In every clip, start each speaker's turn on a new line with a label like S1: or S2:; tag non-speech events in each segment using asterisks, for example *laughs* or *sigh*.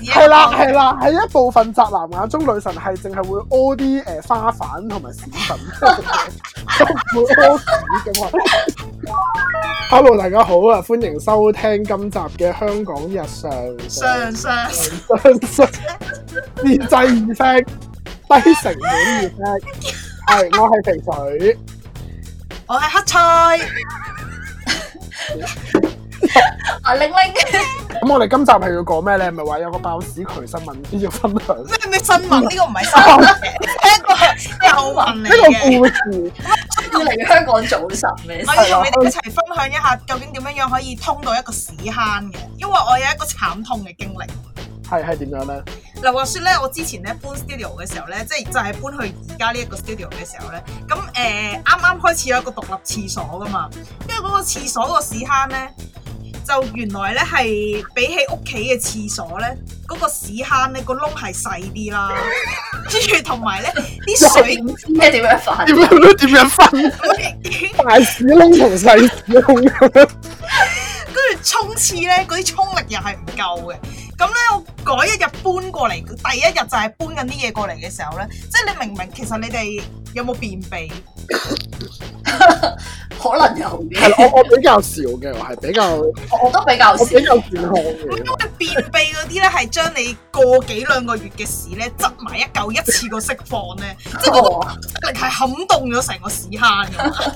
S1: 屎
S2: 係啦係啦，喺一部分宅男眼中，女神係淨係會屙啲誒花粉同埋屎粉，都唔會屙屎嘅喎。Hello，大家好啊，歡迎收聽今集嘅香港日常
S1: 上上
S2: 相信自制二式低成本二式，係我係肥水。
S1: 我係黑菜，
S3: 啊玲玲，
S2: 咁我哋今集係要講咩咧？咪話有個爆屎渠新聞要分享，呢
S1: 咩咩新聞？呢個唔係新
S2: 哦
S1: *laughs* 聞，呢個係舊聞嚟嘅。
S2: 個故事
S3: 要嚟香港早晨咩？
S1: 我
S2: 啊
S1: 要同你哋一齊分享一下，究竟點樣樣可以通到一個屎坑嘅？因為我有一個慘痛嘅經歷。
S2: 係係點樣咧？
S1: 嗱，話説咧，我之前咧搬 studio 嘅時候咧，即係就係搬去而家呢一個 studio 嘅時候咧，咁誒啱啱開始有一個獨立廁所噶嘛，因為嗰個廁所個屎坑咧，就原來咧係比起屋企嘅廁所咧，嗰、個屎坑咧個窿係細啲啦，跟住同埋咧啲水
S3: 唔知咩點樣反
S2: 點？樣都點樣分？大屎窿同細屎窿咁樣，
S1: 跟住沖廁咧，嗰啲沖力又係唔夠嘅。咁咧，我嗰一日搬過嚟，第一日就係搬緊啲嘢過嚟嘅時候咧，即係你明唔明？其實你哋有冇便秘？
S3: 可能有
S2: 係
S3: 嘅，
S2: 啦，我我比較少嘅，我係比較我
S3: 我都比較少。
S2: 比較健康
S1: 因
S2: 嘅。
S1: 為便秘嗰啲咧係將你個幾兩個月嘅屎咧執埋一嚿一次過釋放咧，即係嗰個
S3: 哦
S1: 力係冚動咗成個屎坑嘅。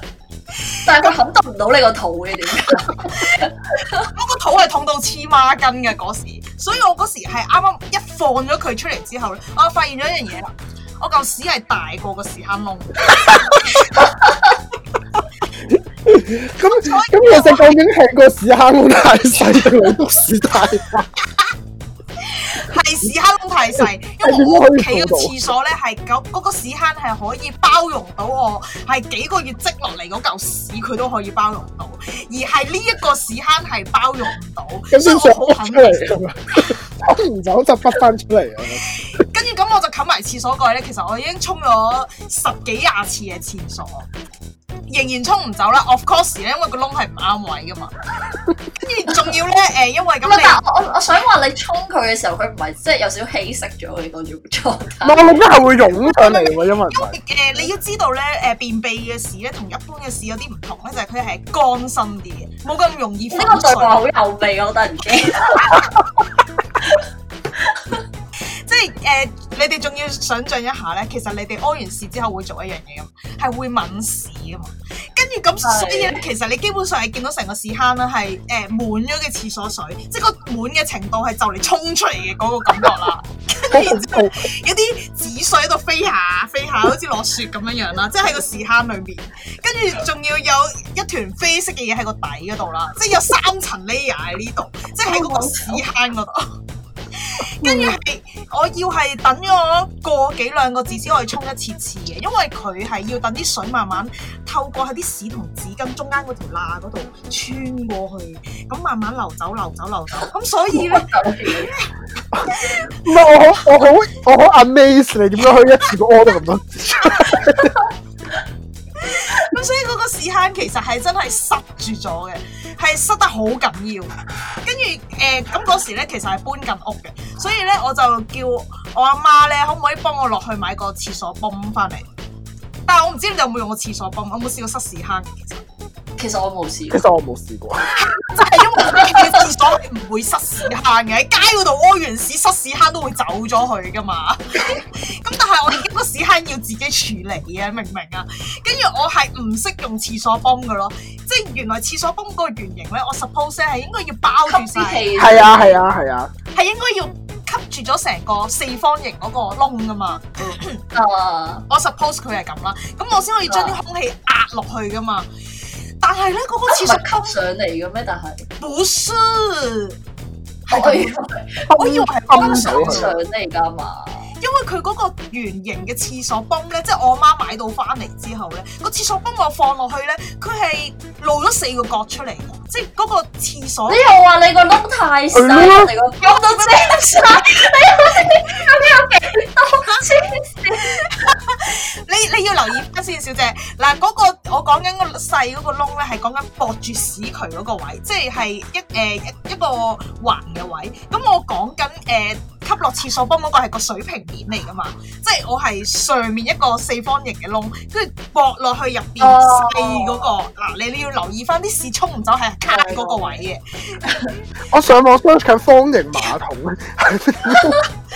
S3: 但係佢肯得唔到你個肚嘅點解？
S1: 我個肚係痛到黐孖筋嘅嗰時，所以我嗰時係啱啱一放咗佢出嚟之後咧，我發現咗一樣嘢啦，我嚿屎係大過個屎坑窿。
S2: 咁咁其實究竟係個屎坑太細定係督屎太大？
S1: 係屎坑太細，
S3: *laughs*
S1: 因為我屋企嘅廁所咧係咁，嗰、個屎坑係可以包容到我係幾個月積落嚟嗰嚿屎，佢都可以包容到，而係呢一個屎坑係包容唔到，
S2: 咁
S1: 所以
S2: 先上
S1: 我
S2: 屋
S1: 好
S2: 出
S1: 肯
S2: 嚟咁樣，沖唔走就畢翻出嚟啊！
S1: 跟住咁我就冚埋廁所蓋咧，其實我已經沖咗十幾廿次嘅廁所，仍然沖唔走啦。Of course 咧，因為個窿係唔啱位噶嘛，跟住仲要咧誒，因為
S3: 咁
S1: 咁
S3: 啊
S1: 你
S3: 但。係我我我想話你沖佢嘅時候，佢唔係即係有少少稀釋咗你個狀
S2: 唔
S3: 態。
S2: 係我諗係會湧上嚟喎，因為
S1: 因為 *laughs* 誒，呃你要知道咧，誒便秘嘅屎咧，同一般嘅屎有啲唔同咧，就係佢係乾身啲嘅，冇咁容易
S3: *laughs* 呢
S1: 粉
S3: 個對
S1: 碎。
S3: 話好有味，我突然間。
S1: 即係誒、你哋仲要想象一下咧，其實你哋屙完屎之後會做一樣嘢咁，係會抿屎噶嘛。跟住咁，
S3: 係
S1: 所以咧，其實你基本上係見到成個屎坑啦，係誒滿咗嘅廁所水，即係個滿嘅程度係就嚟衝出嚟嘅嗰個感覺啦。跟住然之後
S2: 好
S1: 有啲紙水喺度飛下飛下，好似落雪咁樣樣啦，即係喺個屎坑裏面。跟住仲要有一團啡色嘅嘢喺個底嗰度啦，即係有三層 layer 喺呢度，即係喺嗰個屎坑嗰度。跟住係我要係等咗個幾兩個字先可以沖一次廁嘅，因為佢係要等啲水慢慢透過喺啲屎同紙巾中間嗰條罅嗰度穿過去，咁慢慢流走流走流走。咁所以咧。
S2: 唔係我好我好我好 amaze 你點樣可以一次過屙到咁多次？
S1: 咁所以嗰個屎坑其實係真係塞住咗嘅，係塞得好緊要。跟住誒咁嗰時咧，其實係搬緊屋嘅，所以咧我就叫我阿媽咧，可唔可以幫我落去買個廁所泵翻嚟？但係我唔知你哋有冇用過廁所泵，我冇試過塞屎坑嘅，其實
S3: *laughs* 其實我冇試
S2: 其
S3: 過，
S2: 實我冇試過，
S1: 就係因為你嘅廁所係唔會塞屎坑嘅，喺街嗰度屙完屎塞屎坑都會走咗去噶嘛。
S3: *laughs*
S1: 咁但係我哋個屎坑要自己處理啊，明唔明啊？跟住我係唔識用廁所泵嘅咯，即係原來廁所泵個原型咧，我 suppose 咧係應該要包住
S3: 吸啲
S1: 晒，
S3: 氣。
S2: 係啊係啊係啊，
S1: 係應該要吸住咗成個四方形嗰個窿噶嘛。
S3: 啊！
S1: 我 suppose 佢係咁啦，咁我先可以將啲空氣壓落去噶嘛。但係咧嗰個廁
S3: *laughs* 唔
S1: 所
S3: 係吸上嚟嘅咩？但係
S1: 不是，
S3: 我以為
S1: 係我以為係
S2: 泵
S1: 泵
S2: 水
S1: 水
S2: 佢
S3: 上嚟㗎嘛。
S1: 因為佢嗰個圓形嘅廁所泵咧，即係我媽買到翻嚟之後咧，個廁所泵我放落去咧，佢係露咗四個角出嚟嘅，即係嗰個廁所
S3: 你。又話你個窿太細，
S2: 係咯
S3: 哦我哋個窿都遮晒，你有 *laughs* 幾多
S1: 你你要留意翻先，小姐。嗱，嗰、個我講緊個細嗰個窿咧，係講緊駁住屎渠嗰個位，即係係一誒、一一個環嘅位。咁我講緊誒吸落廁所泵嗰個係個水平面嚟噶嘛，即係我係上面一個四方形嘅窿，跟住駁落去入邊
S3: 哦
S1: 細嗰個，嗱你你要留意翻啲屎沖唔走係卡嗰個位嘅，
S2: 我上網 search 緊方形馬
S3: *laughs*
S2: 桶，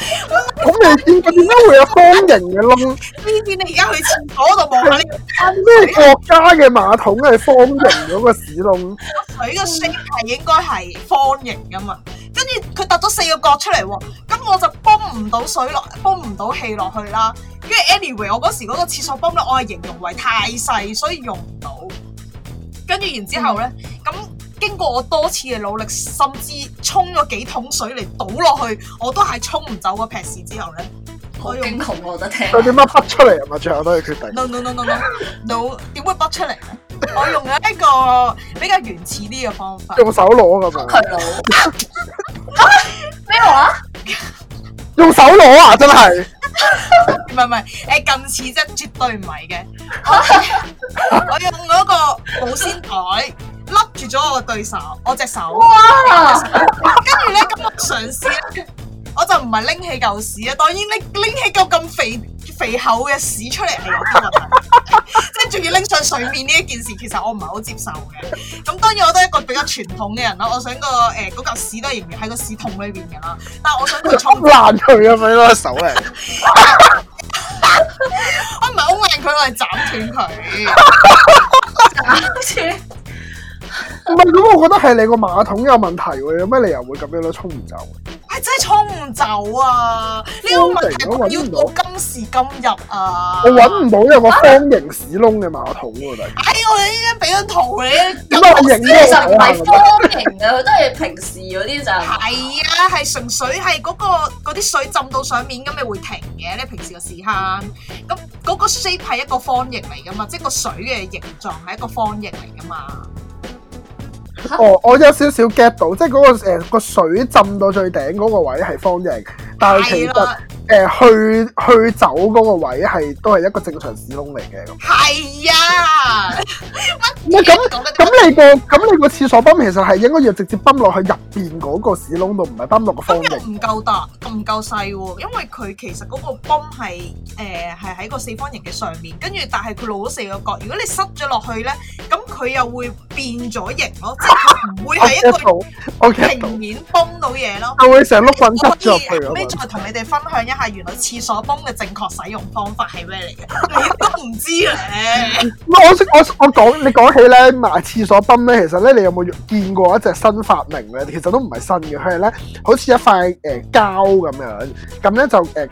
S2: 咁你見過點解會有方形嘅窿？
S1: 呢邊你而家去廁所嗰度望下呢
S2: 即係國家嘅馬桶係方形嗰個屎窿，
S1: 水嘅 shape 係應該係方形噶嘛，跟住佢突咗四個角出嚟喎，咁我就泵唔到水落，泵唔到氣落去啦。跟住 anyway，我嗰時嗰個廁所泵咧，我係形容為太細，所以用唔到。跟住然之後咧，咁、經過我多次嘅努力，甚至沖咗幾桶水嚟倒落去，我都係沖唔走嗰撇屎之後咧，
S3: 好驚恐，我覺得聽。
S2: 佢點解筆出嚟啊？嘛，最後都係決定。
S3: *laughs*
S1: no no no no no no 點會筆出嚟呢？我用咗一個比較原始啲嘅方法。
S2: 用手攞噶嘛
S3: 佢？佬
S2: 啊
S3: *laughs* 咩話？
S2: 用手攞啊！真
S3: *laughs*
S2: 係
S1: 唔係唔係，誒近似啫，絕對唔係嘅。我我用嗰個保鮮袋笠住咗我對手，我隻手，
S2: 啊
S3: 哇！
S1: 跟住咧咁我嘗試咧，我就唔係拎起嚿屎啊，當然你拎起嚿咁肥肥厚嘅屎出嚟係有啲核突，即係仲要拎上水面呢一件事，其實我唔係好接受嘅。咁當然我都係一個比較傳統嘅人啦，我想個誒嗰嚿屎都係仍然喺個屎桶裏邊㗎啦，但係我想佢
S2: *laughs* 沖
S1: 沖。
S2: 爛佢咁樣咯，手啊嚟。
S1: 我唔係好硬佢，我係斬斷佢。
S3: 好似
S2: 唔係咁，我覺得係你個馬桶有問題喎，有咩理由會咁樣咯？沖唔走？
S1: 係真係沖唔走啊！呢個問題要到今時今日啊！
S2: 我揾唔到有個方形屎窿嘅馬桶喎，突然
S1: 哎，我哋依家俾張圖你，
S2: 點解我啊認
S3: 其
S2: 咧？
S3: 實唔係方形嘅，佢都係平時嗰啲就
S1: 係啊，係純粹係嗰、個嗰啲水浸到上面，咁你會停嘅。你平時個屎坑，咁嗰個 shape 係一個方形嚟噶嘛，即係個水嘅形狀係一個方形嚟噶嘛。啊
S2: 哦，我有少少 get 到，即係嗰、個誒、個水浸到最頂嗰個位係方形，但係其
S1: 係
S2: 實誒
S1: 啦、、
S2: 去去走嗰個位係都係一個正常屎窿嚟嘅咁。
S1: 係啊，
S2: 咁
S1: 講緊
S2: 咁你個咁你個廁所泵其實係應該要直接泵落去入邊嗰個屎窿度，唔係泵落個
S1: 咁
S2: 方
S1: 又
S2: 形。
S1: 唔夠大，唔夠細喎，因為佢其實嗰個泵係誒係喺個四方形嘅上面，跟住但係佢露咗四個角。如果你塞咗落去咧，咁佢又會變咗形
S2: *laughs*
S1: 咯，即係佢唔會
S2: 我
S1: 係一
S2: get
S1: 個
S2: 到，我 get 到
S1: 平，面泵到嘢咯。
S2: 就會成碌棍塞
S1: 我可以
S2: 咗入去啊
S1: 後尾
S2: 咁樣。
S1: 再同你哋分享一下，原來廁所泵嘅正確使用方法係咩嚟
S2: *laughs*
S1: 嘅？你都唔知啊咧。
S2: 唔係我識我識我講你講起咧埋廁所泵咧，其實咧你有冇見過一隻新發明咧？其實都唔係新嘅，佢係咧好似一塊誒、呃、膠咁樣，咁咧就誒、呃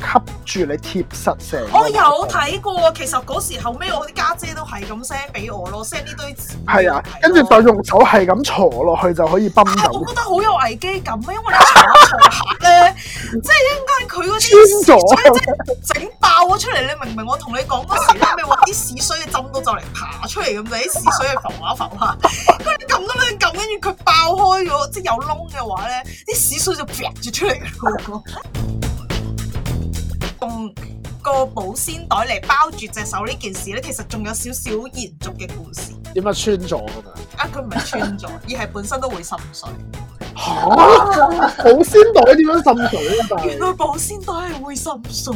S2: 吸住你貼實成。
S1: 我哦有。睇過，其實嗰時後尾我啲家姐都係咁 send 俾我咯，send 呢堆紙俾我睇
S2: 係
S1: 咯。
S2: 啊，跟住就用手係咁坐落去就可以泵
S1: 啊
S2: 走
S1: 我。覺得好有危機感啊，因為你坐下坐下咧，即係應該佢嗰啲
S2: 穿咗
S1: 水即係整爆咗出嚟。你明唔明？我同你講嗰時咧，咪話啲屎水浸到就嚟爬出嚟咁，就啲屎水係浮下浮下。佢哋撳都兩撳，跟住佢爆開咗，即係有窿嘅話咧，啲屎水就劈住出嚟嘅用個保鮮袋嚟包住隻手呢件事咧，其實仲有少少延續嘅故事。
S2: 點解穿咗㗎嘛？
S1: 啊，佢唔係穿咗，而係本身都會滲水。
S2: 嚇！保鮮袋點樣滲水啊？但
S1: 原
S2: 係
S1: 來保鮮袋係會滲水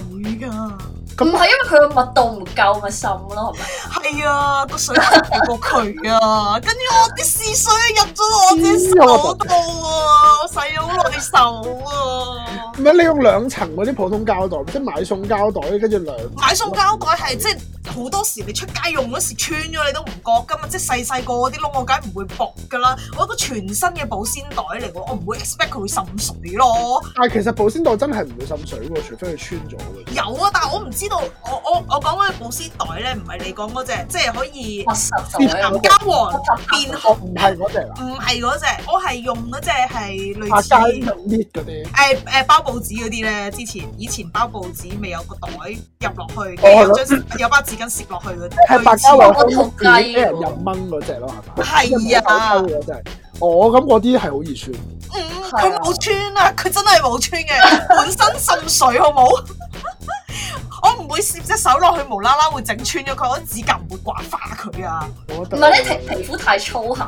S1: 噶，
S3: 唔係因為佢個密度唔夠咪滲咯，係 *laughs* 咪？
S1: 係啊，個水係過佢啊，跟住我啲屎水入咗我隻手度啊，我洗咗好耐手啊。
S2: 唔係你用兩層嗰啲普通膠袋，即係買餸膠袋，跟住兩
S1: 買餸膠袋係即係好多時你出街用嗰時穿咗你都唔覺噶嘛，即係細細個嗰啲窿我梗係唔會薄噶啦，我一個全新嘅保鮮袋嚟喎，我唔會 expect 佢會滲水咯。
S2: 但係其實保鮮袋真係唔會滲水喎，除非佢穿咗嘅。
S1: 有啊，但係我唔知道，我我我講嗰個保鮮袋咧，唔係你講嗰只，即係可以
S3: 密實啊就
S1: 藍
S3: 係
S1: 膠黃變
S2: 我唔係嗰只啦，
S1: 唔係嗰只，我係用嗰只係類
S2: 拍
S1: 似
S2: 街用 lift 嗰啲。
S1: 誒誒包報紙嗰啲咧，之前以前包報紙咪有個袋入落去，
S2: 哦係
S1: 有
S2: 咯
S1: 張 *laughs* 有包紙巾攝落去嗰啲，
S2: 係白膠啊
S1: 類
S2: 黃
S1: 似
S2: 空俾人入掹嗰只咯，係咪？
S1: 係啊，
S2: 手抽嗰隻。我咁嗰啲係好易穿。
S1: 嗯，
S3: 係
S1: 佢
S3: 啊
S1: 冇穿啊，佢真係冇穿
S2: *laughs*
S1: 嘅，本身滲水好冇。 *laughs* 我唔會攝隻手落去，無啦啦會整穿咗佢，我啲指甲唔會刮花佢啊！
S2: 我覺
S3: 唔
S2: 得
S3: 係咧，皮皮膚太粗鞋，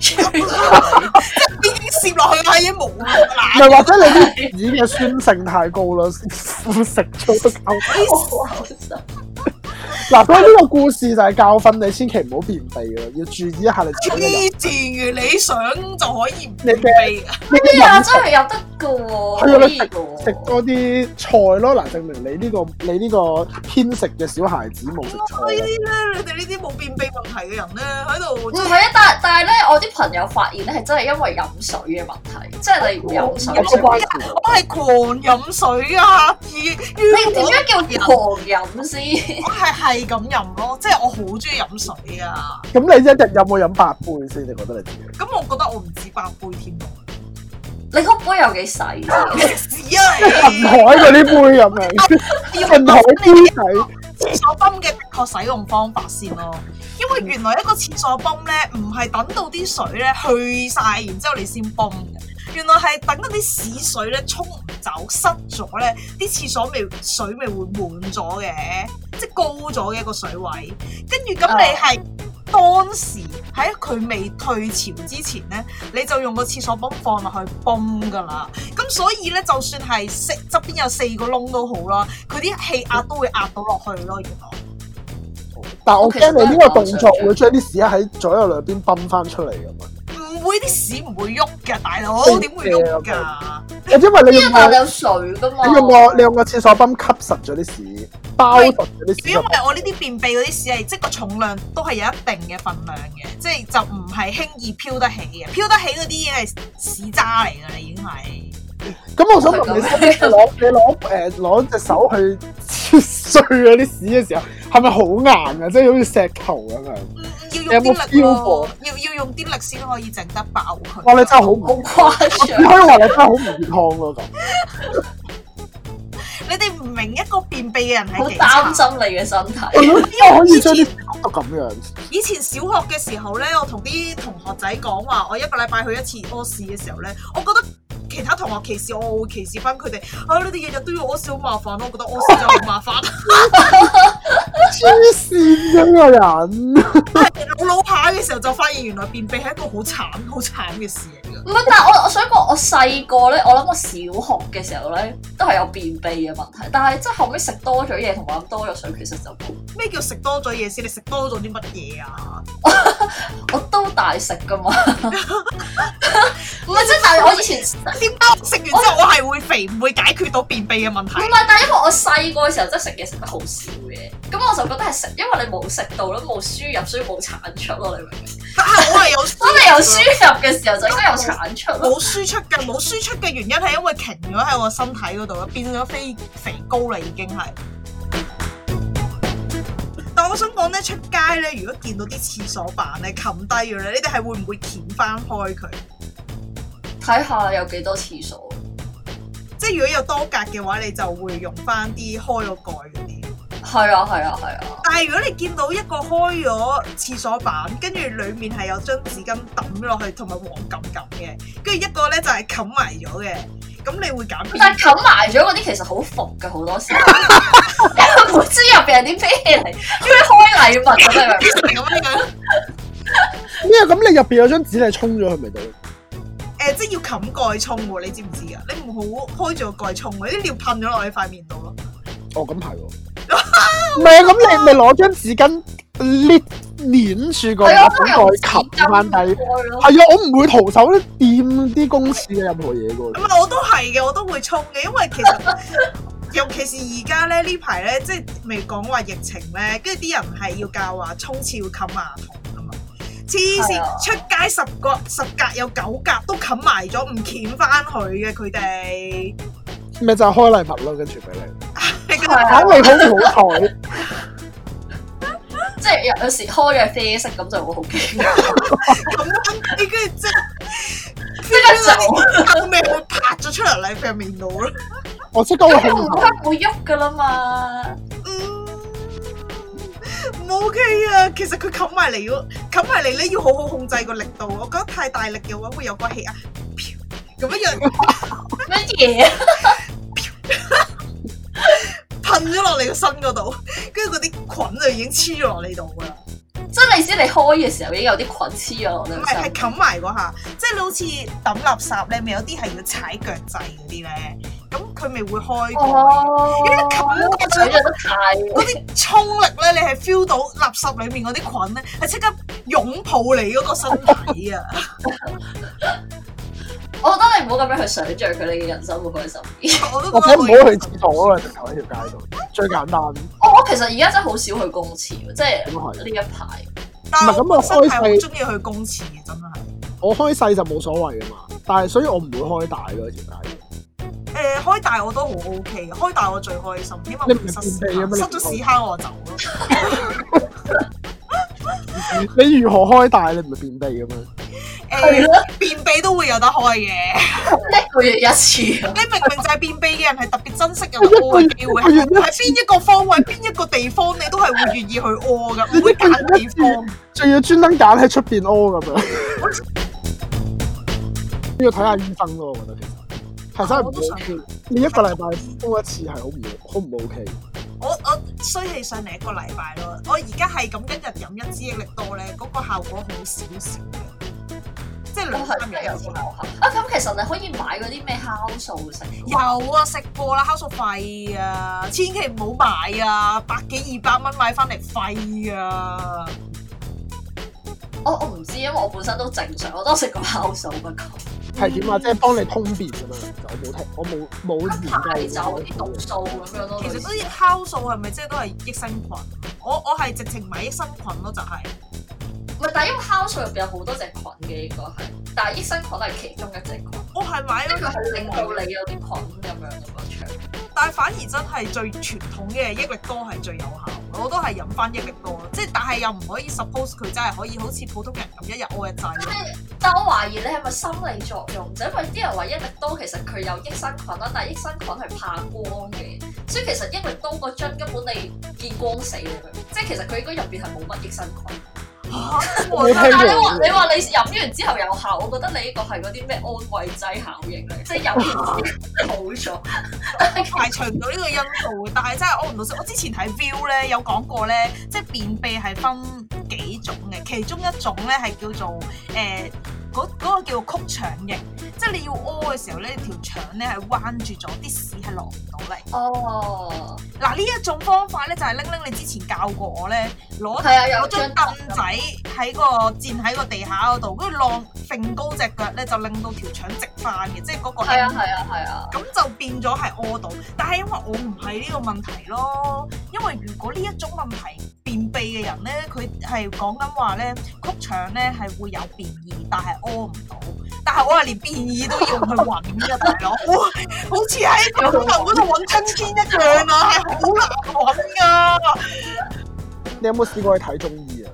S3: 吹咗
S1: 已經攝落去啦，已經冇
S2: 唔
S1: 啦。
S2: 係或者你啲魚嘅酸性太高啦，腐食咗都夠。
S3: 你， *laughs* 好口心。
S2: 嗱，所以呢個故事就係教訓你，千祈唔好便秘啊，要注意一下你自己嘅飲
S1: 黐線嘅，你想就可以唔
S2: 你
S1: 避。
S2: 你嘅
S3: 咩啊？
S2: 飲食
S3: 真係有得噶喎，
S2: 係啊
S3: 可
S2: 你
S3: 以
S2: 食
S3: 㗎喎
S2: 食多啲菜咯，嗱，證明你呢、個你呢個偏食嘅小孩子冇食
S1: 呢
S2: 菜。
S1: 啲咧，你哋呢啲冇便秘問題嘅人咧，喺度
S3: 唔係啊，但但係咧，我啲朋友發現咧係真係因為飲水嘅問題，即係你唔飲水，
S2: 有關
S3: 你
S2: 乎
S1: 我係狂飲水啊！而如
S3: 點
S1: 果
S3: 樣叫狂飲先？
S1: 我係係咁飲咯，即係我好中意飲水啊！
S2: 咁你一日有冇飲八杯先？你覺得你自己？
S1: 咁我覺得我唔止八杯添喎，
S3: 你個杯有幾細先？
S1: 你屎啊
S2: *laughs* 近海嗰啲杯咁樣，
S1: 你！要
S2: 近海杯底。
S1: 廁所泵嘅的確使用方法先咯，因為原來一個廁所泵咧，唔係等到啲水咧去晒，然之後你先泵嘅。原來係等嗰啲屎水咧沖唔走，塞咗咧，啲廁所咪水咪會滿咗嘅，即係高咗嘅一個水位。跟住咁你係當時喺佢未退潮之前咧，你就用個廁所泵放落去泵㗎啦。咁所以咧，就算係四側邊有四個窿都好啦，佢啲氣壓都會壓到落去咯。原來
S2: 但我驚你呢個動作會將啲屎喺左右兩邊泵翻出嚟咁啊！
S1: 唔會啲屎唔會喐㗎，大佬
S2: 嗯
S1: 點會喐
S2: 係
S1: 㗎？
S2: 因為你
S3: 因為
S2: 用
S3: 但係
S2: 個
S3: 你有水噶嘛？
S2: 你用個你用個廁所泵吸實咗啲屎，包實咗啲屎
S1: 因
S2: 入
S1: 為我呢啲便秘嗰啲屎係即係個重量都係有一定嘅份量嘅，即係就唔係輕易飄得起嘅。飄得起嗰啲已經係屎渣嚟㗎啦，已經係。
S2: 咁我想問你，你攞你攞誒攞隻手去切碎嗰啲屎嘅時候，係咪好硬啊？即係好似石頭咁樣。
S1: 嗯要用啲力
S2: 你有冇 feel 過
S1: 咯，要要用啲力先可以整得爆佢。
S2: 哇！你真係好唔，
S3: 好誇
S2: 你可以
S3: 張，
S2: 話你真係好唔健康咯咁。
S1: 你哋唔明一個便秘嘅人
S3: 好
S1: 係幾
S3: 擔
S1: 慘。啊
S3: 心你嘅身體。
S2: 我可以將啲屎吸到咁樣，
S1: 以前小學嘅時候咧，我同啲同學仔講話，我一個禮拜去一次屙屎嘅時候咧，我覺得其他同學歧視我，我會歧視翻佢哋。啊，你哋日日都要屙屎好麻煩咯，我覺得屙屎就好麻煩。
S2: 黐線嘅個人。
S1: 我老下嘅時候就發現原來便秘係一個好慘、好慘嘅事嚟㗎。
S3: 唔係，但係我我想講，我細個咧，我諗我小學嘅時候咧，都係有便秘嘅問題，但係即係後尾食多咗嘢同埋飲多咗水，其實就冇。
S1: 咩叫食多咗嘢先？你食多咗啲乜嘢 *laughs* 啊？
S3: 我都大食噶嘛，唔係即係，但 *laughs* 係我以前唔
S1: 點解我食完之後我係會肥，唔會解決到便秘嘅問題？
S3: 係，但係因為我細個嘅時候真係食嘢食得好少嘅，咁我就覺得係食，因為你冇食到咯，冇輸入，所以冇產出咯，你明唔明？
S1: 但 *laughs* *laughs* 係我係有
S3: 當你有輸入嘅時候，就應該有產出咯。
S1: 冇輸出嘅，冇輸出嘅原因係因為停咗喺我身體嗰度啦，變咗肥肥高啦，已經係。但我想講咧，出街咧，如果見到啲廁所板咧冚低咗咧，你哋係會唔會掀翻開佢？
S3: 睇下有幾多廁所。
S1: 即係如果有多格嘅話，你就會用翻啲開咗蓋嗰啲。
S3: 係啊，係啊，係啊。
S1: 但係如果你見到一個開咗廁所板，跟住裡面係有張紙巾抌咗落去，同埋黃冚冚嘅，跟住一個咧就係冚埋咗嘅，咁你會揀邊
S3: 但係冚埋咗嗰啲其實好服嘅，好多時候，因為唔知入邊係啲咩嚟，要開禮物啊咁樣。
S1: 個？咁樣。
S2: 咩啊？咁你入邊有張紙，你沖咗佢咪得咯？
S1: 誒、呃即係要冚蓋沖喎，你知唔知啊？你唔好開住個蓋沖喎，啲尿噴咗落去塊面度咯。
S2: 哦，咁係喎。唔係啊，咁你咪攞張紙巾捏捏住個
S3: 係啊，都
S2: 蓋
S3: 有
S2: 冚翻低。
S3: 開咯。
S2: 係啊，我唔會徒手掂啲公廁嘅任何嘢噶
S1: 咁。啊，我都係嘅，我都會沖嘅，因為其實 *laughs* 尤其是而家咧呢排咧，即係未講話疫情咧，跟住啲人係要教話沖廁要冚牙筒啊嘛。黐線
S3: 係啊，
S1: 出街十個十格有九格都冚埋咗，唔掀翻佢嘅佢哋。
S2: 咪就係開禮物咯，跟住俾你。
S3: 係
S2: 睇
S3: 啊
S2: 你好唔好彩？
S3: 即係有有時開嘅啡色咁就會好驚，
S1: 咁你跟住即係
S3: 即刻走。
S1: 後尾會拍咗出嚟你塊面度咯。
S2: 我即刻會
S3: 因
S2: 好
S3: 為
S2: 唔
S3: 唔 *laughs*
S2: 好
S3: 開會喐噶啦嘛。
S1: 唔 OK 嗯啊！其實佢冚埋嚟要冚埋嚟咧，要好好控制個力度。我覺得太大力嘅話，會有個氣壓飄咁樣樣
S3: 乜嘢啊？
S1: 噴咗落你個身嗰度，跟住嗰啲菌就已經黐咗落你度噶啦。
S3: 即即係你知你開嘅時候已經有啲菌黐咗落
S1: 唔
S3: 兩
S1: 係
S3: 手
S1: 係，冚埋嗰下，即係你好似抌垃圾咧，咪有啲係要踩腳掣嗰啲咧，咁佢咪會開過。
S3: 哦，
S1: 因為冚過咗
S3: 水咗得太，
S1: 嗰啲衝力咧，你係 feel 到垃圾裡面嗰啲菌咧，係即刻擁抱你嗰個身體
S2: *laughs*
S1: 啊！
S3: 我覺得你唔好咁樣去想像佢哋嘅人生會開心啲。
S1: 我都
S2: 或
S1: 覺得
S2: 者唔好去廁所啦，啊直頭喺條街度最簡單。
S3: 我我其實而家真係好少去公廁，即係
S2: 咁啊係
S3: 呢一排。
S1: 但係我本身
S2: 唔係咁我開
S1: 係好
S2: 細
S1: 中意去公廁嘅，真係。
S2: 我開細就冇所謂噶嘛，但係所以我唔會開大咯條街。
S1: 誒、開大我都好 O K 嘅，開大我最開心，起碼
S2: 你
S1: 唔
S2: 唔
S1: 會
S2: 係
S1: 塞屎
S2: 便秘嘅
S1: 坑，
S2: 咩
S1: 啊塞咗屎坑我就走
S2: *laughs*
S1: 咯。
S2: 你如何開大？你唔係便秘噶嘛？
S1: 誒、
S3: 咯，
S1: 便秘都會有得開嘅，
S3: 一個月一次啊！
S1: 你明
S2: *laughs*
S1: 明就係便秘嘅人，係特別珍惜有
S2: 你
S1: 得
S2: 一個
S1: 屙
S2: 月
S1: 嘅機會，
S2: 一個月
S1: 係
S2: 一
S1: 邊一個方位、邊一個地方，你都係會願意去屙嘅，
S2: 你
S1: 唔會
S2: 一個月
S1: 揀地
S2: 一次
S1: 方。
S2: 仲要專登揀喺出邊屙咁樣。要睇下醫生咯，我覺得其實 *laughs* 係真係唔
S1: 我都想
S2: OK。你一個禮拜屙一次係好唔好唔 OK？
S1: 我我衰起上嚟一個禮拜咯，我而家係咁一日飲一支益力多咧，嗰、個效果好少少嘅，即係
S3: 都
S1: 兩
S3: 係
S1: 三
S3: 真係
S1: 日
S3: 有
S1: 一
S3: 啲
S1: 次
S3: 效。果啊！咁其實你可以買嗰啲咩酵素食嘅喎。
S1: 有啊，食過啦，酵素廢啊，千祈唔好買啊，百幾二百蚊買翻嚟廢啊！
S3: 我我唔知，因為我本身都正常，我都食過酵素不過。
S2: 係點啊？即係幫你通便咁樣。我冇聽，我冇冇
S3: 排
S2: 研究
S3: 走
S2: 過。
S3: 啲毒素咁樣咯。
S1: 嗯其實都酵素係咪即係都係益生菌？我我係直情買益生菌咯，就係、
S3: 唔係，但係因為酵素入邊有好多隻菌嘅，應該係，但係益生菌係其中一隻菌，
S1: 我係買
S3: 即係佢
S1: 咗
S3: 係令到你有啲菌咁樣啊咁樣出嚟。
S1: 但係反而真係最傳統嘅益力多係最有效，我都係飲翻益力多，即係但係又唔可以 suppose 佢真係可以好似普通人咁一日屙一劑
S2: *laughs*
S3: 但。係，但我懷疑你係咪心理作用啫？因為啲人話益力多其實佢有益生菌啦，但係益生菌係怕光嘅，所以其實益力多個樽根本你見光死咁樣，即係其實佢應該入邊係冇乜益生菌。
S1: 嚇
S2: 我冇
S3: 但
S2: 聽
S3: 係你
S2: 過。
S3: 話你話你飲完之後有效，我覺得你呢個係嗰啲咩安慰劑效應嚟，即係飲完之後好咗。
S1: 排除唔到呢個因素，但係真係屙唔到屎。我之前睇 View 咧有講過咧，即係便秘係分幾種嘅，其中一種咧係叫做誒嗰嗰個叫做曲腸型，即係你要屙嘅時候咧，條腸咧係彎住咗，啲屎係落唔到嚟。
S3: 哦，
S1: 嗱呢一種方法咧就係拎拎你之前教過我咧，攞
S3: 係啊，有
S1: 攞
S3: 張
S1: 張
S3: 凳
S1: 凳仔喺個墊喺個地下嗰度，跟住晾揈高只腳咧，就令到條腸直翻嘅，即係嗰個
S3: 係啊，係啊，係啊。
S1: 咁就變咗係屙到，但係因為我唔係呢個問題咯，因為如果呢一種問題便秘嘅人咧，佢係講緊話咧曲腸咧係會有便意，但係屙唔到，但係我係連便意都要去揾嘅大佬，哇好似喺個頭嗰度揾春天一樣啊，係好難揾噶。
S2: 你有冇試過去睇中醫啊？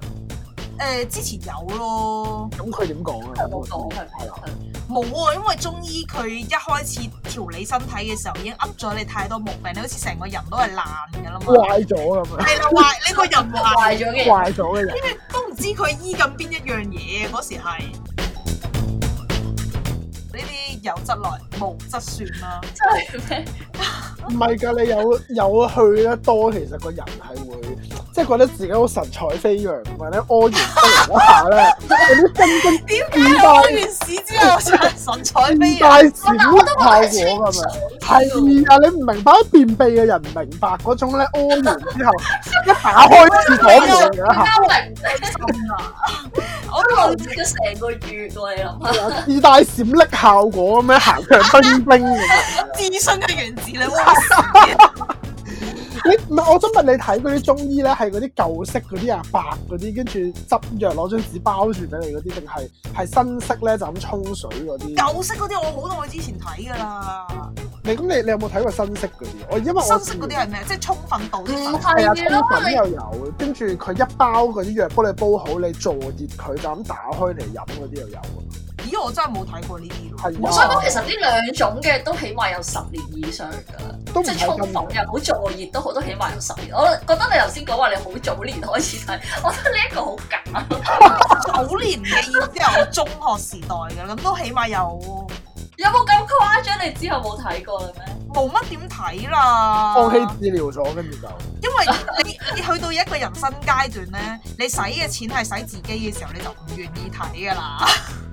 S1: 誒、之前有咯，
S2: 咁佢點講啊？
S3: 我講係
S2: 係啊，
S1: 冇啊，因為中醫佢一開始調理身體嘅時候已經噏咗你太多毛病，你好似成個人都係爛㗎啦嘛。
S2: 壞咗咁樣，
S1: 係啦，壞你個人壞。
S3: 壞咗嘅人，
S2: 壞咗嘅人。
S1: 都唔知佢醫緊邊一樣嘢，嗰時係呢啲有則來，無則算啦。
S3: 真係咩？
S2: 唔係㗎，你有有去得多，其實個人係會即係覺得自己好神采飛揚，或者屙完出嚟嗰下咧，有啲心經
S1: 點解
S2: 解
S1: 屙
S2: 我
S1: 完
S2: 屙
S1: 屎之後神采啊飛
S2: 變
S1: 揚？
S2: 大小效果咁樣。係啊，你唔明白便秘嘅人唔明白
S1: *laughs*
S2: 嗰種咧，屙完之後一打開廁所門
S3: 我
S2: 嗰下，
S3: 啱明
S1: 心啊！
S3: 我都浪費咗成個月喎，你諗下。
S2: 自帶閃匿效果咁樣行向冰冰咁樣。
S1: 自信嘅原子你哇塞！
S2: 你唔係，我想問你睇嗰啲中醫咧，係嗰啲舊式嗰啲阿伯嗰啲，跟住執藥攞張紙包住俾你嗰啲，定係係新式咧就咁沖水嗰啲？
S1: 舊式嗰啲我好耐之前睇㗎啦，
S2: 你咁你你有冇睇過新式嗰啲？我因為我
S1: 新式嗰啲係咩？即係充分度啲
S3: 唔
S1: 粉。
S2: 係啊，
S3: 係
S2: 沖
S3: 咯，
S2: 粉
S3: 你
S2: 又有，跟住佢一包嗰啲藥幫你煲好，你坐熱佢就咁打開嚟飲嗰啲又有啊喎。
S1: 咦，我真係冇啊睇過呢啲喎。
S2: 係
S3: 我想講其實呢兩種嘅都起碼有十年以上㗎啦。
S2: 都唔
S3: 即
S2: 係
S3: 係啊衝
S2: 咁
S3: 動又好助熱都好，都起碼有十年。我覺得你頭先講話你好早年開始睇，我覺得呢一個好假。
S1: 九年嘅意思係我中學時代嘅，咁都起碼有
S3: 有冇咁誇張？你之後冇睇過啦咩？
S1: 冇乜點睇啦。
S2: 放棄治療咗，跟住就
S1: 因為你 *laughs* 你去到一個人生階段咧，你使嘅錢係使自己嘅時候，你就唔願意睇㗎啦。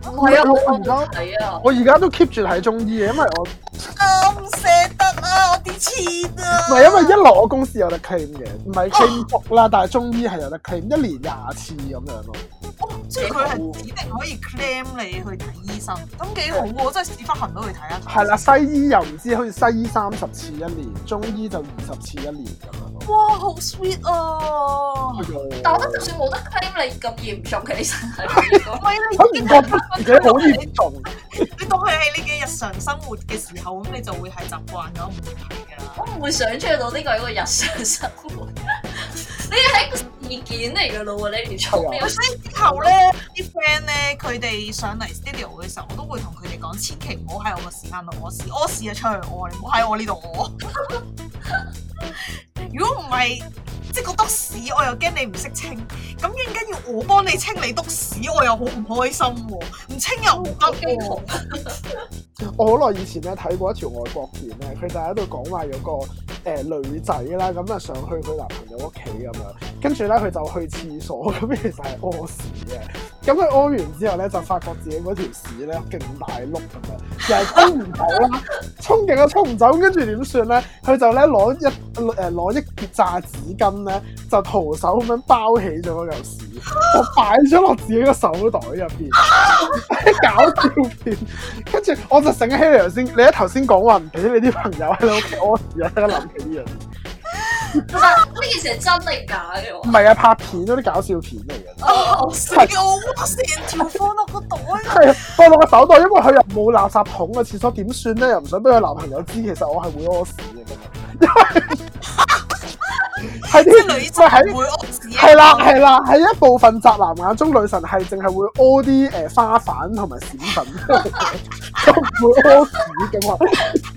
S3: 唔係啊，
S2: 我
S3: 我
S2: 而家
S3: 睇啊，
S2: 我而家都 keep 住睇中醫嘅，因為我唔
S1: 啊唔捨得啊，我啲錢啊！
S2: 係因為一來我公司有得 claim 嘅，唔
S3: 哦
S2: 係 claim 服啦，但係中醫係有得 claim，一年廿次咁樣咯。
S1: 哦即係佢係指定可以 claim 你去睇醫生，咁幾好喎！真係屎忽痕都去睇一
S2: 係
S1: 睇。
S2: 啦，西醫又唔知，好似西醫三十次一年，中醫就二十次一年咁樣咯。
S1: 哇，好 sweet 啊！
S3: 但我覺得就算冇得 claim 你咁嚴重嘅，其實係
S1: *laughs* 唔係你
S2: 佢唔
S1: 已經
S2: 覺得自己好嚴重，
S1: 你當佢係你嘅日常生活嘅時候，咁你就會係習慣咗唔睇㗎啦。
S3: 我唔會想象到呢個係一個日常生活。 *laughs* 你係一個事件嚟㗎咯喎，你連重呢個
S1: 所以之後咧，啲 friend 咧，佢哋上嚟 studio 嘅時候，我都會同佢哋講，千祈唔好喺我個時間度屙屎，屙屎就出去屙，你唔好喺我呢度屙。如果唔係，即係個篤屎，我又驚你唔識清，咁應該要我幫你清你篤屎，我又好唔開心喎、唔清又唔得
S3: 機
S2: *laughs*
S1: 喎。
S2: 我好耐以前咧睇過一條外國片咧，佢就喺度講話有個誒、呃女仔啦，咁啊上去佢男朋友屋企咁樣，跟住咧佢就去廁所，咁其實係屙屎嘅。咁佢屙完之後咧，就發覺自己嗰條屎咧勁大碌咁樣，又係沖唔走啦，沖勁都沖唔走，跟住點算咧？佢就咧攞一誒攞一結炸紙巾咧，就徒手咁樣包起咗嗰嚿屎，就擺咗落自己個手袋入邊， *laughs* 搞笑片。跟住我就醒起你頭先，你喺頭先講話唔俾你啲朋友喺你屋企屙屎，我而家諗起呢樣嘢。
S3: *laughs* 呢件事係真定假嘅
S2: 唔
S3: 喎？
S2: 係啊，拍片嗰啲搞笑片嚟嘅。 *laughs*
S1: 我死我我成條放落個袋
S2: *laughs*
S1: 度。
S2: 係啊，放落個手袋，因為佢又冇垃圾桶嘅啊廁所點算咧？又唔想俾佢男朋友知，其實我係會屙屎嘅咁樣。 *laughs* 因為係
S1: 即
S2: 啲
S1: 係女
S2: 唔
S1: 仔
S2: 係喺
S1: 唔會屙屎啊
S2: 係啦，係啦，喺一部分宅男眼中，女神係淨係會屙啲誒花瓣同埋閃粉， *laughs* 都唔會屙屎嘅嘛。 *laughs*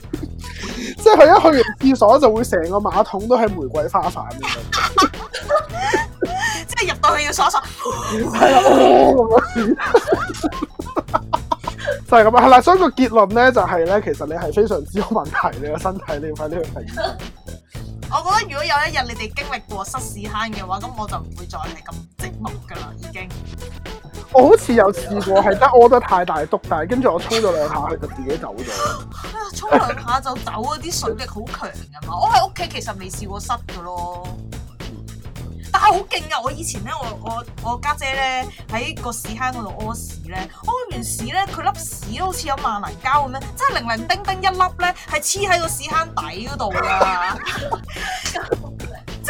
S2: 即係佢一去完廁所就會成個馬桶都係玫瑰花瓣咁樣，
S1: 即係入到去要鎖鎖。
S2: 係啦，哦咁樣。 *laughs* 就係咁啊，係啦，所以個結論咧就係、咧，其實你係非常之有問題，你個身體你要快啲去睇醫生。
S1: 我覺得如果有一日你哋經歷過塞屎坑嘅話，咁我就唔會再係咁寂寞㗎啦，已經。
S2: 我好似有試過係得屙得太大篤，但係跟住我沖咗兩下，佢就自己走咗。
S1: 哎呀，沖涼下就走啊！啲水力好強㗎嘛。我喺屋企其實未試過塞㗎咯， *laughs* 但係啊好勁㗎！我以前咧，我我我家姐咧喺個屎坑嗰度屙屎咧，屙完屎咧佢粒屎好似有萬能膠咁樣，即係零零丁丁一粒咧係黐喺個屎坑底嗰度㗎。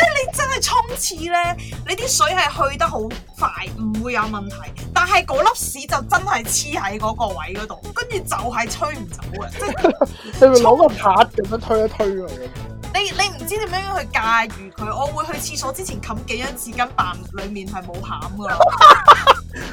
S1: *laughs* 你真係沖廁咧，你啲水係去得好快，唔會有問題。但係嗰粒屎就真係黐喺嗰個位嗰度，跟住就係吹唔走嘅。即係
S2: *laughs* 你咪攞個拍咁樣推一推佢咁。
S1: 你你唔知點樣去駕馭佢。我會去廁所之前冚幾張紙巾，扮裡面係冇餡噶啦。
S2: *laughs*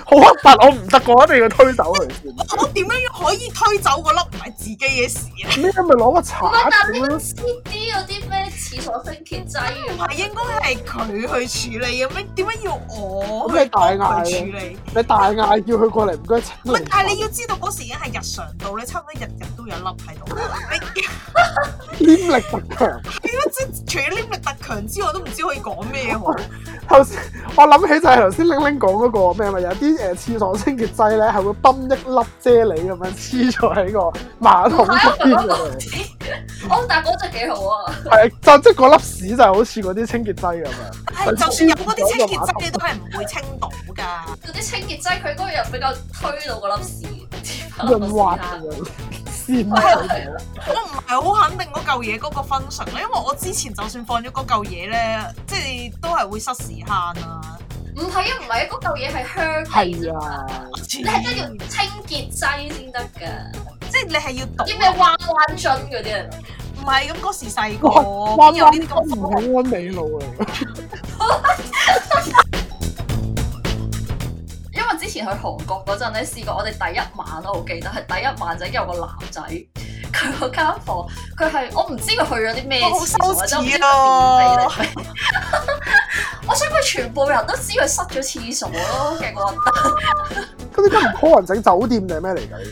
S2: 好核突，我唔得，我一定要推走佢先。
S1: 我我點樣可以推走嗰粒唔係自己嘅屎啊？
S2: 咩咪攞個
S3: 唔係，
S2: 刷
S3: 但
S2: 咁
S3: 係呢個
S2: 樣？
S3: CD 嗰啲咩廁所清潔
S1: 唔
S3: 劑
S1: 係應該係佢去處理嘅咩？點解要我
S2: 咁
S1: 去
S2: 你大
S1: 幫
S2: 嗌啊
S1: 佢處理？
S2: 你大嗌叫佢過嚟，唔該清
S1: 喂，
S2: 理。
S1: 但係你要知道嗰時已經係日常到咧，差唔多日日都有一粒喺度。你
S2: 黏力特強。
S1: 即除咗黏力特強之外，都唔知可以講咩好。
S2: 頭先我諗起就係頭先玲玲講嗰個咩咪有啲誒廁所清潔劑咧，係會泵一粒啫喱咁樣黐咗喺個馬桶側邊
S1: *laughs*
S2: 嘅。
S3: 哦，但係嗰隻幾好啊！
S2: 係就即係嗰粒屎就係好似嗰啲清潔劑咁啊
S1: *laughs*
S2: 樣。
S1: 係，就算有嗰啲清潔劑，你都係唔會清到㗎。
S3: 嗰啲清潔劑佢嗰個人比較推到嗰粒屎，
S2: 潤滑咁樣，跣到佢
S1: 我唔係好肯定嗰嚿嘢嗰個 function 啦，因為我之前就算放咗嗰嚿嘢咧，即係都係會塞屎坑啊。
S3: 唔係啊，唔係啊，嗰嚿嘢係香味啫
S2: 係
S3: 嘛，
S2: 啊，
S1: 即
S3: 你係真要清潔劑先得㗎，
S1: 係你係要讀，
S3: 啲咩彎彎樽嗰啲啊，
S1: 唔係咁嗰時細個
S2: 哇
S1: 邊有呢啲
S2: 唔
S1: 咁
S2: 好
S1: 科學？
S2: 安美啊路嚟。
S3: 因為之前去韓國嗰陣咧，試過我哋第一晚咯，我記得係第一晚就已經有個男仔，佢嗰間房佢係我唔知佢去咗啲咩
S1: 我好
S3: 廁
S1: 羞
S3: 所，真係唔知
S1: 恥
S3: 佢便秘
S1: 啊
S3: 定！ *laughs* 我想佢全部人都知佢塞咗廁所咯，勁核突。
S2: 咁點解唔 call 人整酒店定係咩嚟㗎？呢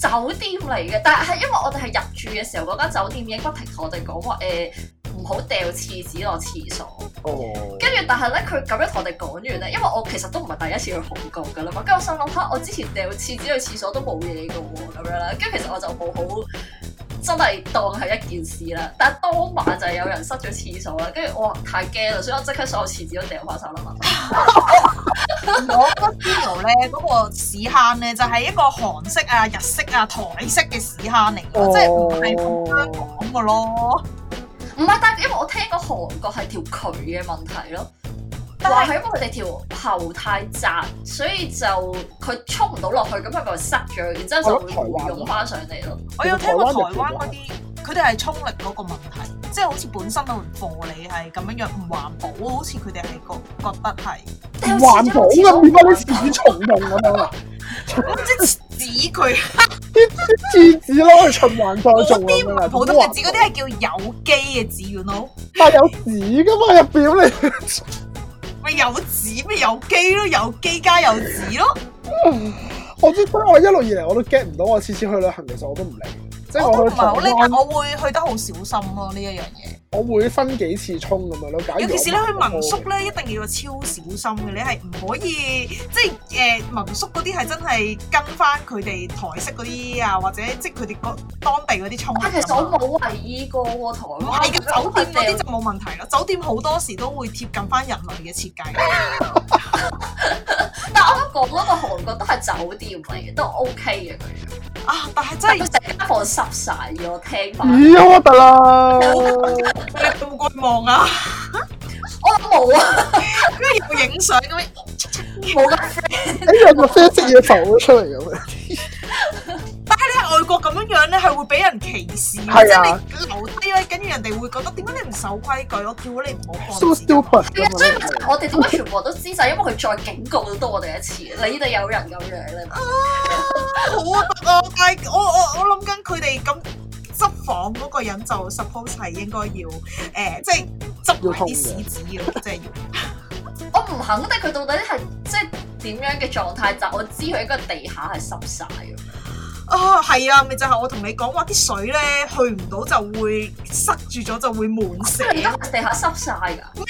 S2: 個
S3: 酒店嚟嘅，但係因為我哋係入住嘅時候，嗰間酒店已經不停同我哋講話誒，唔好掉廁紙落廁所。
S2: 哦，
S3: 跟住但係咧，佢咁樣同我哋講完咧，因為我其實都唔係第一次去韓國噶啦嘛，跟住我心諗嚇，我之前掉廁紙去廁所都冇嘢噶喎，咁樣啦，跟住其實我就冇好。真係當係一件事啦，但係當晚就係有人塞咗廁所啦，跟住我話太驚啦，所以我即刻所有廁紙都掉翻晒啦嘛。
S1: 我嗰 studio 咧嗰個屎坑咧，就係一個韓式啊、日式啊、台式嘅屎坑嚟
S2: 啊
S1: 㗎，
S2: 哦
S1: 即係唔係咁香港嘅咯。
S3: 唔係，但係因為我聽過韓國係條渠嘅問題咯，
S1: 但係
S3: 話係因為佢哋條喉太窄，所以就佢衝唔到落去，咁佢咪塞咗，然之後就
S2: 我覺得
S3: 會
S2: 台灣啊
S3: 湧翻上嚟咯。
S1: 我有聽過台
S2: 台灣就
S1: 灣嗰啲，佢哋係衝力嗰個問題，即係好似本身嗰盤貨你係咁樣樣唔環保，好似佢哋係覺覺得係。
S2: 唔環保嘅，點解啲廁紙重用咁樣啊？
S1: 即係紙佢
S2: 啲啲廁紙攞去循
S1: 嗰
S2: 環再
S1: 啲
S2: 做
S1: 唔
S2: 咁樣啊
S1: 係普通嘅紙，嗰啲係叫有機嘅紙，you know，
S2: 但係有紙噶嘛入邊，你
S1: 咪有紙咪有機咯，有機加有紙咯。
S2: 我知，我一路以嚟我都 get 唔到，我啊次次去旅行其實我都唔理，即係
S1: 我都
S2: 我
S1: 唔
S2: 去
S1: 係好
S2: 台
S1: 叻，啊但
S2: 灣，
S1: 我會去得好小心咯呢一樣嘢。
S2: 我會分幾次衝咁樣咯。假如
S1: 尤其是你
S2: 我
S1: 去民宿咧，一定要超小心嘅，你係唔可以即係誒、民宿嗰啲係真係跟翻佢哋台式嗰啲啊，或者即係佢哋嗰當地嗰啲沖
S3: 但
S1: 涼
S3: 啊其實
S1: 㗎
S3: 我
S1: 嘛。
S3: 冇為意過喎，台
S1: 唔
S3: 灣
S1: 係嘅，酒店嗰啲
S3: 我
S1: 就冇問題啦。酒店好多時都會貼近翻人類嘅設計。
S3: 係但係我講嗰個韓國都係酒店嚟嘅，都 OK 嘅佢。
S1: 啊！但係真
S3: 但係
S1: 係
S3: 佢成間房濕晒嘅，我聽翻。
S2: 咦好核突啊
S1: *laughs*
S2: 啦！
S1: 你有冇過去望啊？
S3: 我冇啊，
S1: 跟住又影相咁樣，
S3: 冇咁 friend。
S2: 誒哎有個啡色嘢浮咗出嚟咁樣，
S1: 你喺外國咁樣樣咧，係會俾人歧視嘅，即
S2: 係
S1: 係
S2: 啊
S1: 你留低咧，跟住人哋會覺得點解你唔守規矩？我叫你唔好
S2: so
S1: 放紙
S2: stupid
S3: 係啊，所以
S2: 咁
S3: 咪就係
S2: 樣。
S3: 我哋點解全部都知就係因為佢再警告多我哋一次，你哋有人咁樣咧。
S1: 好啊得啊！但係我我我諗緊佢哋咁執房嗰個人就 suppose 係應該要誒、呃即係執埋啲屎紙咯，即係要
S3: 我唔肯定佢到底係即係點樣嘅狀態，就我知佢應該地下係濕晒嘅。
S1: 啊係啊，咪就係我同你講話啲水咧去唔到就會塞住咗，就會滿
S3: 即
S1: 瀉
S3: 係你都啊係地下濕晒㗎。
S1: 唔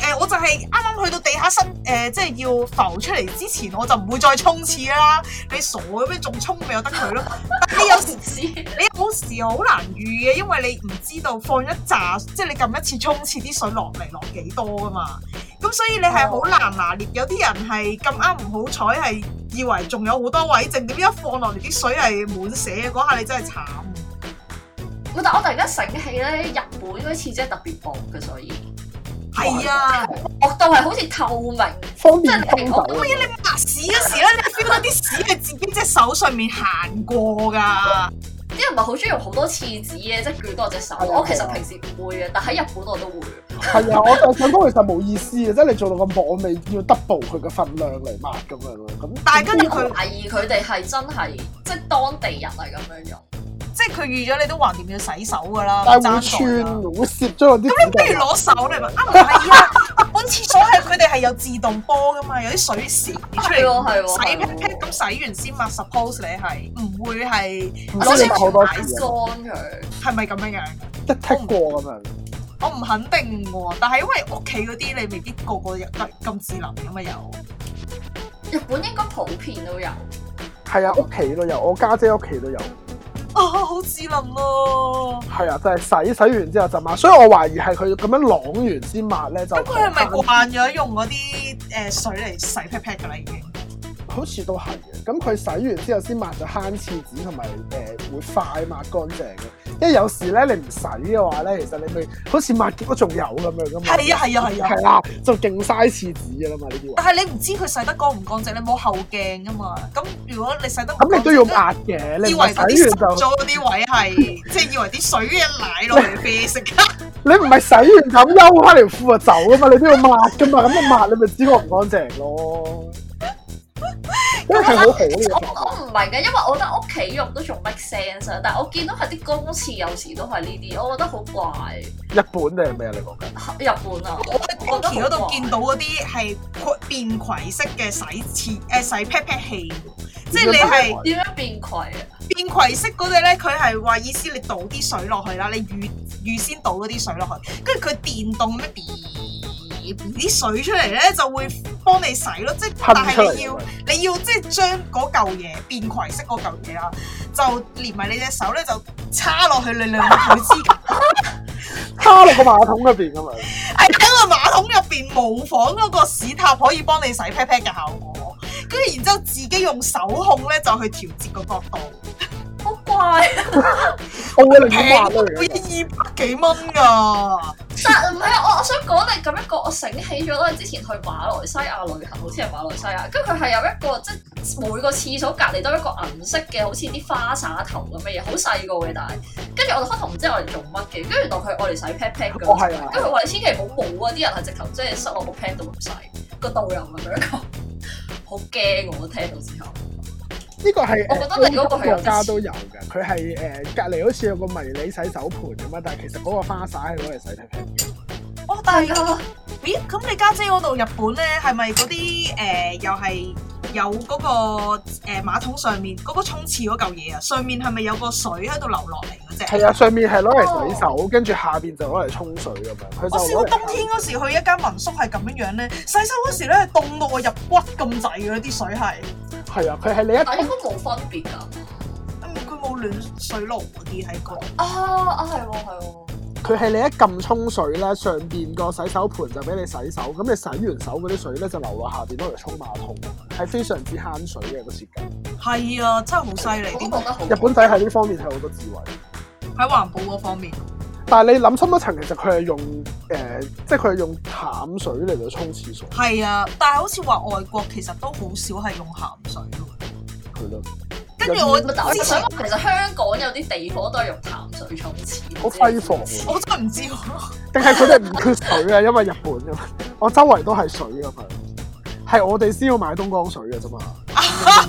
S1: 呃誒，我就係啱啱去到地下身誒、即係要浮出嚟之前，我就唔會再沖廁啦。你傻嘅咩？仲沖咪由得佢咯。 *laughs* 但你有時
S3: 唔知
S1: 你有時好難預嘅，因為你唔知道放一紮，即係你撳一次沖廁啲水落嚟落幾多噶嘛。咁所以你係好難拿捏。有啲人係咁啱唔好彩，係以為仲有好多位剩，點知一放落嚟啲水係滿瀉，嗰下你真係慘。
S3: 唔係但我突然間醒起咧，日本嗰啲廁紙係特別薄嘅，所以
S1: 係啊，
S3: 薄到係好似透明。
S2: 方便沖走啊。
S1: 抹屎嗰時咧，你 feel 到啲屎係自己隻手上面行過㗎。
S3: 啲人咪好中意用好多廁紙嘅，即係捲多隻手。
S2: 係啊
S3: 我其實平時唔會嘅，但喺日本我都會。
S2: 係啊，我就係想講其實冇意思嘅，即係你做到咁薄，我咪要 double 佢嘅份量嚟抹咁樣咯。咁
S1: 但係跟住
S3: 我
S1: 佢，
S3: 懷疑佢哋係真係即係當地人係咁樣用。
S1: 即係佢預咗你都橫掂要洗手㗎啦，
S2: 但係
S1: 爭在啦
S2: 會穿，會攝咗落
S1: 咁
S2: 啲
S1: 你
S2: 紙
S1: 不如
S2: 度。
S1: 攞手嚟咪啊？唔係啊，日本廁所係佢哋係有自動波㗎嘛，有啲水泄出
S3: 係
S1: 嚟。
S3: 喎係
S1: 洗 pat
S3: 喎。
S1: pat 咁洗完先抹，suppose 你係唔會係
S2: 唔知你抹好多
S3: 乾
S2: 次啊，
S3: 佢。
S1: 係咪咁樣樣？
S2: 一剔過咁樣。
S1: 我唔肯定喎，但係因為屋企嗰啲你未必個個有咁咁智能㗎嘛，有
S3: 日本應該普遍都有。
S2: 係啊，屋企都有，我家姐屋企都有。
S1: 啊好智能咯。
S2: 係啊，就係洗洗完之後就抹，所以我懷疑係佢咁樣啷完先抹咧就。
S1: 咁佢係咪慣咗用嗰啲誒水嚟洗 pat pat 㗎啦已經？
S2: 好似都係嘅。咁佢洗完之後先抹就慳廁紙同埋誒會快抹乾淨嘅。因為有時咧你唔洗嘅話咧，其實你咪好似抹極都仲有咁樣噶嘛。
S1: 係啊係啊係啊！
S2: 係啦，就勁嘥廁紙噶啦嘛呢啲位。
S1: 但係你唔知佢洗得乾唔乾淨，你冇後鏡噶嘛。咁如果你洗得唔
S2: 咁你都要
S1: 乾淨
S2: 壓
S1: 即係
S2: 嘅，你
S1: 啊以
S2: 唔
S1: 為
S2: 係洗
S1: 嗰
S2: 完
S1: 啲濕
S2: 就
S1: 咗嗰啲位係， *laughs* 即係以為啲水一奶落
S2: *laughs*
S1: 嚟啡色。
S2: 你唔係洗完咁休翻條褲就走噶嘛，你都要抹噶嘛，咁我抹你咪知我唔乾淨咯。因為係好好嘅
S3: 我我唔明嘅，因為我覺得屋企用都仲 make sense 啊，但係我見到係啲公廁有時都係呢啲，我覺得好怪。
S2: 日本定係咩啊？你講緊
S3: 日本啊，
S1: 我喺 Pinky 嗰度見到嗰啲係便攜式嘅洗廁誒洗 pat pat 器，即係你係
S3: 點樣變攜啊？
S1: 變葵式嗰只咧，佢係話意思你倒啲水落去啦，你預預先倒嗰啲水落去，跟住佢電動咩啲水出嚟咧就會幫你洗咯，即係但
S2: 噴出
S1: 係你要
S2: 嚟。
S1: 你要即係將嗰嚿嘢變葵式嗰嚿嘢啦，就連埋你隻手咧就叉落去你兩個腿之間，
S2: *laughs* 卡落個馬桶入邊咁樣。
S1: 係喺個馬桶入邊模仿嗰個屎塔可以幫你洗 pat pat 嘅效果，跟住然之後自己用手控咧就去調節個角度。
S3: 好怪，啊
S2: 我會寧願
S1: 平
S2: 滑咯，而
S1: 會 *laughs*
S2: 家
S1: 二百幾蚊㗎，
S3: 但唔係啊！我我想講你咁樣講，我醒起咗啦。之前去馬來西亞旅行，好似係馬來西亞，跟住佢係有一個即係每個廁所隔離都有一個銀色嘅，好似啲花灑頭咁嘅嘢，好細個嘅，但係跟住我就開頭唔知我嚟做乜嘅，跟住原來佢我嚟洗 pat pat
S2: 我
S3: 㗎，
S2: 係啊，
S3: 跟住佢話你千祈唔好冇啊！啲人係直頭即係塞落個 pat 度唔洗，個導遊咁樣講，好驚我聽到之後。
S2: 呢個係呃
S3: 我覺得你嗰個係有
S2: 國家都有嘅，佢係誒隔離好似有個迷你洗手盆咁啊，但係其實嗰個花灑係攞嚟洗 pat pat 嘅。
S1: 哦，但
S3: 係
S1: 係
S3: 啊，
S1: 咦？咁你家姐嗰度日本咧，係咪嗰啲誒又係有嗰、個誒、呃、馬桶上面嗰、個沖廁嗰嚿嘢啊？上面係咪有個水喺度流落嚟嗰只？
S2: 係啊，上面係攞嚟洗手，跟住下邊就攞嚟沖水咁樣。佢
S1: 哦我試
S2: 就
S1: 過
S2: 攞
S1: 冬
S2: 嚟
S1: 天嗰時去一間民宿係咁樣樣咧，洗手嗰時咧凍到我入骨咁滯嘅啲水係，
S2: 係啊，佢係你一
S3: 但係應該冇分別㗎。
S1: 嗯佢冇暖水爐嗰啲喺嗰度。
S3: 啊啊係喎係喎，
S2: 佢係你一撳沖水咧，上邊個洗手盆就俾你洗手，咁你洗完手嗰啲水咧就流落下邊攞嚟沖馬桶，係非常之慳水嘅個設計。
S1: 係啊，真係好犀利，
S3: 我都
S1: 啲
S3: 覺得好。
S2: 日本仔喺呢方面係好多智慧。
S1: 喺環保嗰方面。
S2: 但係你諗深一層，其實佢係用誒、呃即係佢係用淡水嚟到沖廁所，
S1: 係啊，但係好似話外國其實都好少係用鹹水嘅
S2: 係咯。
S1: 喎。跟住我
S3: 但我
S1: 之
S3: 想
S1: 前
S3: 話，其實香港有啲地方都係用淡水沖廁，
S2: 好揮霍喎，
S1: 我真係唔知喎，
S2: 定係佢哋唔缺水啊？因為日本㗎嘛，我周圍都係水㗎嘛，係我哋先要買東江水嘅啫嘛，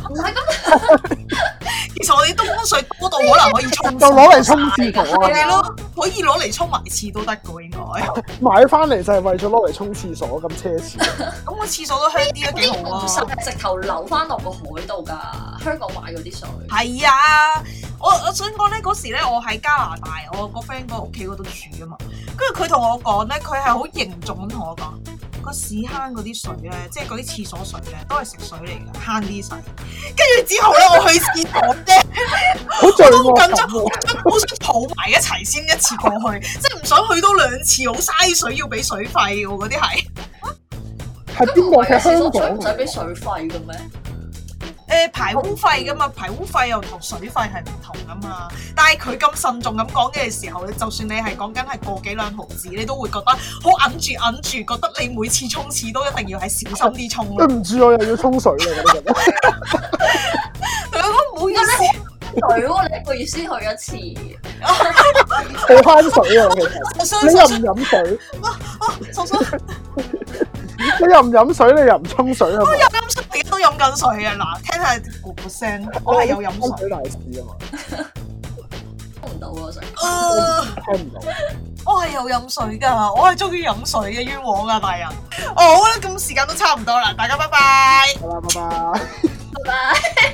S3: 唔係咁，
S1: 其實我哋東江水多到可能可以沖
S2: 就攞嚟沖廁所
S1: 我
S2: 啊，
S1: 哋咯，可以攞嚟沖埋廁都得嘅喎，應該。
S2: 買翻嚟就係為咗攞嚟沖廁所咁奢侈。
S1: 咁個廁所都香啲都幾
S3: 啲
S1: 好
S3: 唔
S1: 啊。
S3: 濕直頭流翻落個海度㗎。香港買嗰啲水，
S1: 係啊，我我想講咧，嗰時咧我喺加拿大，我個 friend 個屋企嗰度住啊嘛，跟住佢同我講咧，佢係好凝重咁同我講，個屎坑嗰啲水咧，即係嗰啲廁所水咧，都係食水嚟嘅，慳啲洗。跟住之後咧，我去廁所咧。
S2: *laughs* 好罪
S1: 我都好
S2: 惡
S1: 緊
S2: 感啊
S1: 張，
S2: 喎
S1: 我真係好想抱埋一齊先一次過去，即係唔想去多兩次，好嘥水要俾水費喎，嗰啲係。
S2: 係邊個嘅香
S3: 水唔
S2: 港
S3: 使俾
S2: 嚟㗎？
S3: 水費嘅咩？
S1: 誒呃排污費噶嘛，排污費又同水費係唔同噶嘛。但係佢咁慎重咁講嘅時候，就算你係講緊係個幾兩毫子，你都會覺得好揞住揞住，覺得你每次沖廁都一定要係小心啲沖啊
S2: 對
S1: 咯。
S2: 唔住，我又要沖水啦！嗰啲咁嗯
S1: 佢講唔好意思，
S3: 水喎，你一個月先去一次，
S2: 好慳水啊！其實
S1: 我相
S2: 你又唔
S1: 信，
S2: 飲水，
S1: 我相信
S2: 你又唔飲水，你又唔沖水係咪？
S1: 飲緊水，而家都飲緊水啊！嗱，聽下咕咕聲，我係有飲水。
S2: 沖水大事啊嘛，
S3: 沖唔到啊水。
S2: 嗯
S1: 呃
S2: 聽唔到。
S1: 我係有飲水噶，我係中意飲水嘅冤枉啊！大人，哦好啦，咁時間都差唔多啦，大家拜拜。
S2: 好啦，拜拜。
S3: 拜拜。